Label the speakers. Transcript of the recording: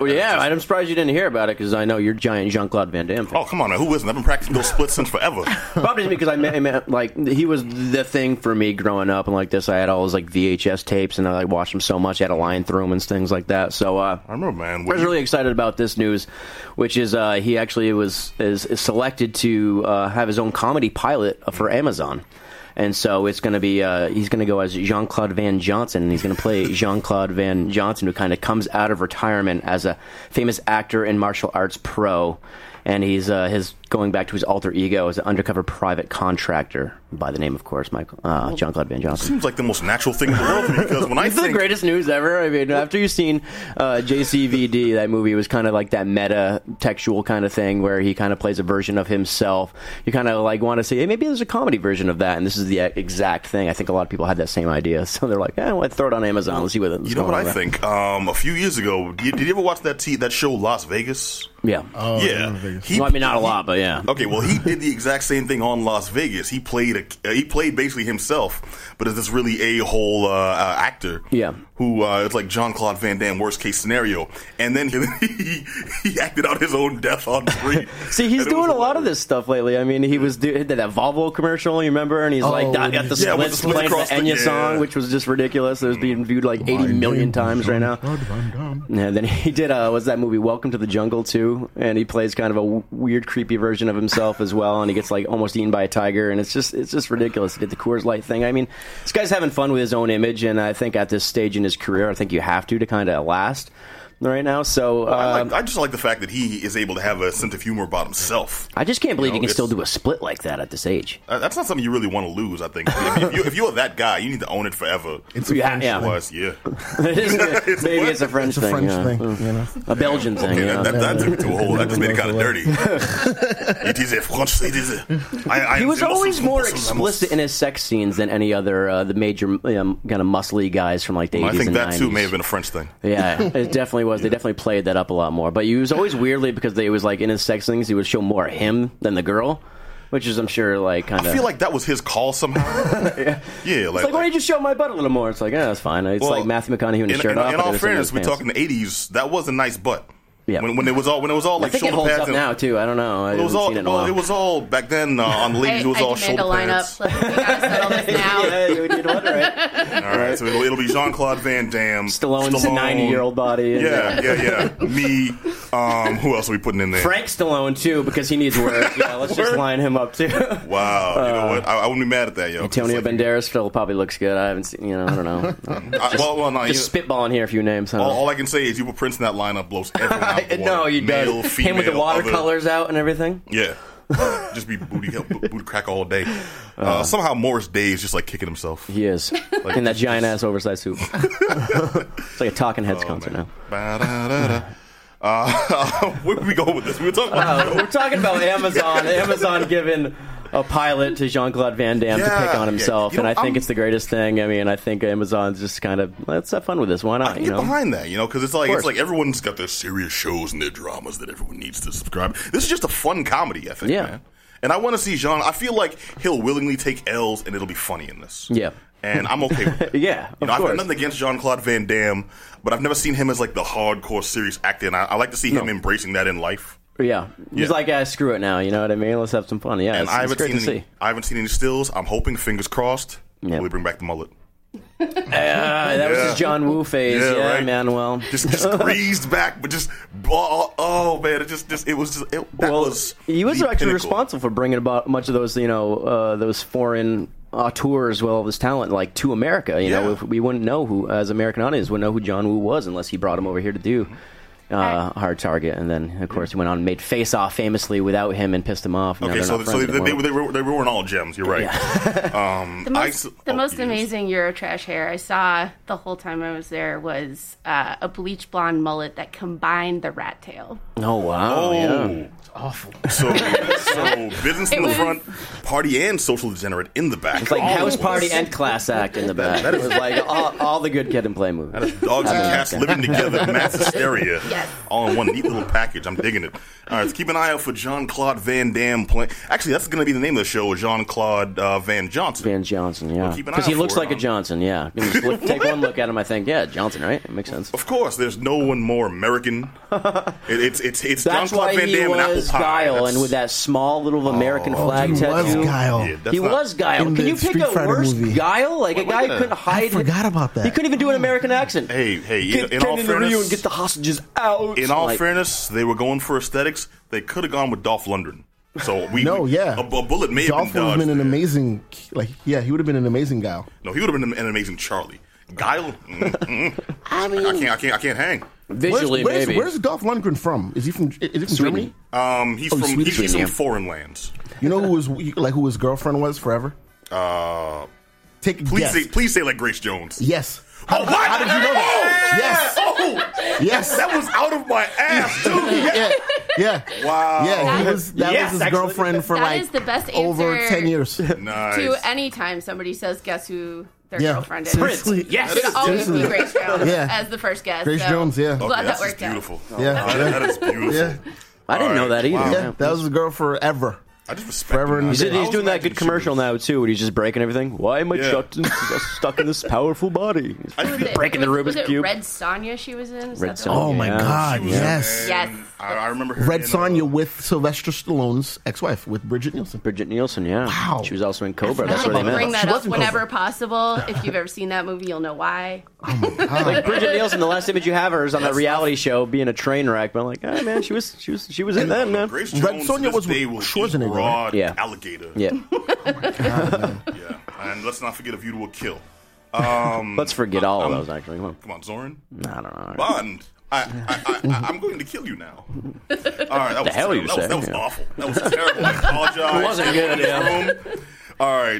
Speaker 1: Well, yeah, I'm surprised you didn't hear about it because I know you're giant Jean Claude Van Damme. fan.
Speaker 2: Oh, come on now. Who isn't? I've been practicing those splits since forever.
Speaker 1: Probably just because I met him at, like he was the thing for me growing up and like this. I had all his like VHS tapes and I like, watched him so much. I had a line through him and things like that. So uh,
Speaker 2: I remember, man.
Speaker 1: I was really excited about this news, which is uh, he actually was is, is selected to uh, have his own comedy pilot for Amazon. And so it's going to be, uh, he's going to go as Jean Claude Van Johnson, and he's going to play Jean Claude Van Johnson, who kind of comes out of retirement as a famous actor and martial arts pro. And he's uh, his going back to his alter ego as an undercover private contractor by the name, of course, Michael uh, Jean Claude Van Johnson.
Speaker 2: seems like the most natural thing in the world to me because when I
Speaker 1: It's the
Speaker 2: think
Speaker 1: greatest news ever. I mean, after you've seen uh, JCVD, that movie was kind of like that meta textual kind of thing where he kind of plays a version of himself. You kind of like want to say, hey, maybe there's a comedy version of that, and this is the e-, exact thing. I think a lot of people had that same idea, so they're like, eh, let's throw it on Amazon. Let's see what
Speaker 2: You know what I think? Um, a few years ago, did, did you ever watch that t- that show Las Vegas?
Speaker 1: Yeah.
Speaker 3: Oh,
Speaker 2: yeah,
Speaker 3: Vegas.
Speaker 2: He-
Speaker 1: well, I mean, not a
Speaker 2: he-
Speaker 1: lot, but yeah.
Speaker 2: Okay, well, he did the exact same thing on Las Vegas. He played a, uh, he played basically himself, but as this really a hole uh, uh, actor.
Speaker 1: Yeah.
Speaker 2: who uh, it's like John Claude Van Damme, worst case scenario, and then he he, he acted out his own death on screen.
Speaker 1: See, he's
Speaker 2: And it was
Speaker 1: doing a lot of
Speaker 2: hilarious.
Speaker 1: this stuff lately. I mean, he was do- he did that Volvo commercial, you remember? And he's like,
Speaker 3: Oh,
Speaker 1: I got the
Speaker 2: yeah, with
Speaker 1: splits
Speaker 2: the split
Speaker 1: playing the
Speaker 2: across the-
Speaker 1: Enya
Speaker 2: yeah.
Speaker 1: song, which was just ridiculous. It was being viewed like 80 million times right now. Yeah, then he did. Uh, was that movie Welcome to the Jungle too? And he plays kind of a w- weird, creepy version of himself as well. And he gets like almost eaten by a tiger, and it's just it's just ridiculous. He did the Coors Light thing. I mean, this guy's having fun with his own image, and I think at this stage in his career, I think you have to to kind of last right now. So
Speaker 2: I,
Speaker 1: uh,
Speaker 2: like, I just like the fact that he is able to have a sense of humor about himself.
Speaker 1: I just can't believe
Speaker 2: You know,
Speaker 1: you can still
Speaker 2: it's-
Speaker 1: do a split like that at this age.
Speaker 2: Uh, That's not something you really want to lose. I think if, you, if you're that guy, you need to own it forever.
Speaker 3: It's a
Speaker 1: Yeah,
Speaker 3: French
Speaker 1: yeah.
Speaker 3: thing.
Speaker 2: Otherwise, yeah.
Speaker 1: Maybe it's a French
Speaker 3: It's a
Speaker 1: thing,
Speaker 3: French
Speaker 1: yeah.
Speaker 3: thing, you know.
Speaker 1: a Belgian thing.
Speaker 2: Okay,
Speaker 1: yeah.
Speaker 2: that, that, that took it to a whole. That just made it kind of
Speaker 3: Yeah.
Speaker 2: dirty. it is a French. It is a. I, I
Speaker 1: he
Speaker 2: am
Speaker 1: was
Speaker 2: the
Speaker 1: always
Speaker 2: muscles,
Speaker 1: more
Speaker 2: muscles, I must-
Speaker 1: explicit in his sex scenes than any other uh, the major um, kind of muscly guys from like the
Speaker 2: I
Speaker 1: 80s
Speaker 2: think
Speaker 1: and
Speaker 2: that
Speaker 1: 90s.
Speaker 2: too may have been a French thing.
Speaker 1: Yeah, it definitely was. They definitely played that up a lot more. But he was always weirdly because they was like in his sex scenes, he would show more him than the girl, which is I'm sure like kind
Speaker 2: I
Speaker 1: of.
Speaker 2: feel like that was his call somehow. yeah. like,
Speaker 1: it's like, why don't you just show my butt a little more? It's like, yeah, that's fine. It's
Speaker 2: well,
Speaker 1: like Matthew McConaughey in
Speaker 2: in,
Speaker 1: his shirt
Speaker 2: in,
Speaker 1: off.
Speaker 2: in
Speaker 1: but
Speaker 2: all
Speaker 1: there's some of
Speaker 2: fairness,
Speaker 1: his
Speaker 2: we're
Speaker 1: pants.
Speaker 2: talking the '80s. That was a nice butt.
Speaker 1: Yeah.
Speaker 2: When, when it was all when it was all
Speaker 1: I
Speaker 2: like
Speaker 1: think it
Speaker 2: shoulder
Speaker 1: holds
Speaker 2: pads
Speaker 1: up
Speaker 2: and,
Speaker 1: now too. I don't know. I
Speaker 2: It was
Speaker 1: haven't
Speaker 2: all
Speaker 1: seen it in a
Speaker 2: well.
Speaker 1: while.
Speaker 2: It was all back then uh, on the ladies.
Speaker 4: I,
Speaker 2: it was
Speaker 4: I
Speaker 2: all
Speaker 4: demand
Speaker 2: shoulder
Speaker 4: a
Speaker 2: pads.
Speaker 4: lineup. Let's, we gotta settle this now.
Speaker 1: yeah, you did wonder it.
Speaker 2: All right, so it'll, it'll be Jean Claude Van Damme,
Speaker 1: Stallone's
Speaker 2: Stallone.
Speaker 1: 90 year old body. and-
Speaker 2: Yeah, yeah, yeah. Me. Um, who else are we putting in there?
Speaker 1: Frank Stallone too, because he needs work. Yeah, let's just
Speaker 2: Work.
Speaker 1: line him up too.
Speaker 2: Wow, you know what? I, I wouldn't be mad at that, yo.
Speaker 1: Uh, Antonio
Speaker 2: It's like-
Speaker 1: Banderas still probably looks good. I haven't seen, you know, I don't know.
Speaker 2: I- well, well, no,
Speaker 1: just
Speaker 2: you-
Speaker 1: spitballing here a few names. Huh?
Speaker 2: all, all I can say is you were Prince in that lineup blows everyone out the water.
Speaker 1: no, you
Speaker 2: Male,
Speaker 1: does. Him with the
Speaker 2: female, other-
Speaker 1: watercolors out and everything.
Speaker 2: yeah, just be booty bo- booty crack all day. Uh, somehow Morris Day is just like kicking himself.
Speaker 1: He is in that giant ass oversized suit. it's like a Talking
Speaker 2: Oh,
Speaker 1: Heads concert now.
Speaker 2: Ba-da-da-da. Uh, where were we going with this? We were talking about.
Speaker 1: Uh, we're talking about Amazon. Amazon giving a pilot to Jean Claude Van Damme to
Speaker 2: Yeah,
Speaker 1: pick on
Speaker 2: yeah.
Speaker 1: himself,
Speaker 2: You
Speaker 1: and
Speaker 2: know,
Speaker 1: I think
Speaker 2: I'm-
Speaker 1: it's the greatest thing. I mean, I think Amazon's just kind of let's have fun with this. Why
Speaker 2: I
Speaker 1: not?
Speaker 2: can
Speaker 1: You
Speaker 2: get
Speaker 1: know,
Speaker 2: behind that, you know, because it's like
Speaker 1: course.
Speaker 2: it's like everyone's got their serious shows and their dramas that everyone needs to subscribe. This is just a fun comedy, I think,
Speaker 1: Yeah.
Speaker 2: man. And I want to see Jean. I feel like he'll willingly take L's, and it'll be funny in this.
Speaker 1: Yeah.
Speaker 2: and I'm okay with that.
Speaker 1: Yeah,
Speaker 2: you
Speaker 1: of
Speaker 2: know, I've got
Speaker 1: course.
Speaker 2: nothing against Jean Claude Van Damme, but I've never seen him as like the hardcore serious actor. And I, I like to see him
Speaker 1: No.
Speaker 2: embracing that in life.
Speaker 1: yeah. He's
Speaker 2: Yeah.
Speaker 1: like, ah, screw it now. You know what I mean? Let's have some fun. Yeah,
Speaker 2: And
Speaker 1: it's,
Speaker 2: I
Speaker 1: it's
Speaker 2: haven't
Speaker 1: great
Speaker 2: seen
Speaker 1: to
Speaker 2: any,
Speaker 1: see.
Speaker 2: I haven't seen any stills. I'm hoping, fingers crossed,
Speaker 1: Yeah.
Speaker 2: we bring back the mullet.
Speaker 1: Uh, that was
Speaker 2: Yeah.
Speaker 1: his John Woo phase. Yeah,
Speaker 2: Yeah, right.
Speaker 1: Manuel.
Speaker 2: Just, just greased back, but just oh, oh man, it just, just it was just it, that
Speaker 1: well,
Speaker 2: was
Speaker 1: he was
Speaker 2: the
Speaker 1: actually
Speaker 2: pinnacle.
Speaker 1: responsible for bringing about much of those, you know, uh, those foreign auteurs, well, this talent, like to America. You know,
Speaker 2: Yeah.
Speaker 1: if we wouldn't know who, as American audience, wouldn't know who John Woo was unless he brought him over here to do.
Speaker 2: Mm-hmm.
Speaker 1: Uh, hard target, and then of course he went on and made Face Off famously without him and pissed him off. Now
Speaker 2: Okay,
Speaker 1: they're
Speaker 2: so,
Speaker 1: not
Speaker 2: so they,
Speaker 1: friends
Speaker 2: they, they,
Speaker 1: anymore.
Speaker 2: they, were- they weren't all gems. You're right. Um,
Speaker 4: The
Speaker 2: I
Speaker 4: most,
Speaker 2: s-
Speaker 4: the
Speaker 2: oh,
Speaker 4: most
Speaker 2: yes.
Speaker 4: amazing Eurotrash hair I saw the whole time I was there was uh, a bleach blonde mullet that combined the rat tail.
Speaker 1: oh wow, yeah.
Speaker 2: Oh. So, so So business in the
Speaker 4: was- Oh.
Speaker 2: front, party and social degenerate in the back.
Speaker 1: It's like
Speaker 2: All
Speaker 1: House
Speaker 2: at
Speaker 1: Party
Speaker 2: once.
Speaker 1: and Class Act in the back.
Speaker 2: That
Speaker 1: That
Speaker 2: is-
Speaker 1: is like all, all the good kid and play movies.
Speaker 2: Dogs and cats living together, mass hysteria,
Speaker 4: Yes.
Speaker 2: all in one neat little package. I'm digging it. All right, so keep an eye out for Jean Claude Van Damme playing. Actually, that's going to be the name of the show: Jean Claude uh, Van Johnson.
Speaker 1: Van Johnson, yeah,
Speaker 2: keep an eye
Speaker 1: because he
Speaker 2: out
Speaker 1: looks
Speaker 2: for
Speaker 1: like a
Speaker 2: it, huh?
Speaker 1: Johnson. Yeah, You just look- take one look at him, I think, yeah, Johnson, right? It makes sense.
Speaker 2: Of course, there's no one more American. It, it's it's it's Jean
Speaker 1: That's
Speaker 2: Claude
Speaker 1: why
Speaker 2: Van
Speaker 1: he
Speaker 2: Damme and Apple
Speaker 1: was
Speaker 2: Pie.
Speaker 1: Guile,
Speaker 2: That's- Oh,
Speaker 1: and with that small little American flag
Speaker 3: He was
Speaker 1: tattoo.
Speaker 3: Guile.
Speaker 2: Yeah, that's
Speaker 1: he
Speaker 2: not-
Speaker 1: was Guile.
Speaker 3: in
Speaker 1: Can
Speaker 3: the
Speaker 1: you pick
Speaker 3: Street
Speaker 1: a
Speaker 3: Fighter
Speaker 1: worse
Speaker 3: movie.
Speaker 1: Guile? Like a guy
Speaker 5: the-
Speaker 1: couldn't hide.
Speaker 3: I forgot about that.
Speaker 1: He couldn't even do an American accent.
Speaker 2: Hmm. Hey, hey! in-
Speaker 1: get,
Speaker 2: in
Speaker 1: get
Speaker 2: all
Speaker 1: in the
Speaker 2: fairness,
Speaker 1: Rio and get the hostages out.
Speaker 2: in all
Speaker 1: Like,
Speaker 2: fairness, they were going for aesthetics. They could have gone with Dolph Lundgren. So we
Speaker 3: No,
Speaker 2: we-
Speaker 3: yeah.
Speaker 2: a, a bullet may
Speaker 3: Dolph
Speaker 2: have been
Speaker 3: would have
Speaker 2: dodged.
Speaker 3: been an
Speaker 2: there.
Speaker 3: amazing, like, yeah, he would have been an amazing guy.
Speaker 2: no, he would have been an amazing Charlie. Guile, Mm, mm.
Speaker 3: I
Speaker 2: I
Speaker 3: mean,
Speaker 2: can't, I can't, I can't hang.
Speaker 1: visually,
Speaker 3: where's,
Speaker 1: maybe.
Speaker 3: Where's Dolph Lundgren from? Is he from? Is he from Germany?
Speaker 2: Um, he's from
Speaker 1: Swedish
Speaker 2: he's, he's from
Speaker 1: man.
Speaker 2: foreign lands.
Speaker 3: You know who was like who his girlfriend was forever?
Speaker 2: Uh,
Speaker 3: Take a
Speaker 2: please
Speaker 3: guess.
Speaker 2: say, please say like Grace Jones.
Speaker 3: yes.
Speaker 2: Oh, what?
Speaker 3: How did you know that?
Speaker 2: Oh, yes. Oh,
Speaker 3: Yes.
Speaker 2: that was out of my ass, dude.
Speaker 3: yeah. Yeah.
Speaker 2: Wow.
Speaker 3: Yeah. He was, that
Speaker 1: Yes,
Speaker 3: was his
Speaker 1: actually.
Speaker 3: girlfriend for
Speaker 4: That
Speaker 3: like
Speaker 4: is the best
Speaker 3: over
Speaker 4: answer
Speaker 3: ten years.
Speaker 2: Nice.
Speaker 4: to any time somebody says guess who their
Speaker 3: Yeah.
Speaker 4: girlfriend is.
Speaker 3: Seriously.
Speaker 1: Yes.
Speaker 4: It'll always be
Speaker 3: Seriously.
Speaker 4: Grace Jones
Speaker 3: Yeah.
Speaker 4: as the first guess.
Speaker 3: Grace
Speaker 4: so
Speaker 3: Jones, yeah.
Speaker 2: Okay,
Speaker 4: Glad that
Speaker 2: that's just
Speaker 4: worked out.
Speaker 2: beautiful.
Speaker 3: Yeah.
Speaker 2: Wow, that- that is beautiful.
Speaker 3: Yeah.
Speaker 1: I didn't know
Speaker 2: All right.
Speaker 1: that either.
Speaker 2: Wow.
Speaker 3: Yeah. That was his girl forever.
Speaker 2: I just respect
Speaker 3: Forever
Speaker 2: him now.
Speaker 3: and
Speaker 1: He's,
Speaker 3: a day.
Speaker 2: I
Speaker 1: he's
Speaker 2: was
Speaker 1: doing that
Speaker 2: imagining
Speaker 1: good
Speaker 2: she
Speaker 1: commercial
Speaker 2: was-
Speaker 1: now too, where he's just breaking everything. Why am I
Speaker 2: Yeah.
Speaker 1: chucked in- stuck in this powerful body?
Speaker 2: I feel-
Speaker 1: Breaking the
Speaker 4: was,
Speaker 1: Rubik's
Speaker 4: was it
Speaker 1: Cube.
Speaker 4: Red Sonya she was in? Is
Speaker 1: Red
Speaker 4: that the
Speaker 1: Sonja.
Speaker 4: one?
Speaker 3: Oh my
Speaker 1: Yeah.
Speaker 3: God!
Speaker 2: was
Speaker 3: Yes.
Speaker 2: in-
Speaker 4: Yes.
Speaker 2: I, I remember her.
Speaker 3: Red
Speaker 2: in, uh,
Speaker 3: Sonya with Sylvester Stallone's ex-wife with Bridget Nielsen.
Speaker 1: Bridget Nielson, yeah.
Speaker 3: Wow.
Speaker 1: She was also in Cobra. That's where
Speaker 3: forgot
Speaker 1: they
Speaker 3: about
Speaker 1: met.
Speaker 4: Bring
Speaker 3: Oh She
Speaker 4: that up
Speaker 3: wasn't
Speaker 4: whenever
Speaker 3: perfect.
Speaker 4: possible. If you've ever seen that movie, you'll know why.
Speaker 1: Like Bridget Nielsen, the last image you have of her is on a reality show being a train wreck. But I'm like, hey man, she was she was she was in that man.
Speaker 2: Grace Jones
Speaker 3: Red Sonja
Speaker 2: to this
Speaker 3: was with
Speaker 2: day will eat
Speaker 3: Schwarzenegger,
Speaker 2: raw
Speaker 3: right?
Speaker 1: Yeah.
Speaker 2: alligator.
Speaker 1: Yeah,
Speaker 2: Yeah. And let's not forget A View to a Kill.
Speaker 1: let's forget all of those. Actually, Come on.
Speaker 2: Come on, Zoran.
Speaker 1: I don't know.
Speaker 2: Bond. I, I, I, I, I'm going to kill you now. All right, that was
Speaker 1: hell
Speaker 2: terrible.
Speaker 1: you
Speaker 2: that was,
Speaker 1: say,
Speaker 2: that was
Speaker 1: yeah.
Speaker 2: awful. That was terrible. I apologize.
Speaker 1: It wasn't good, yeah.
Speaker 2: All right,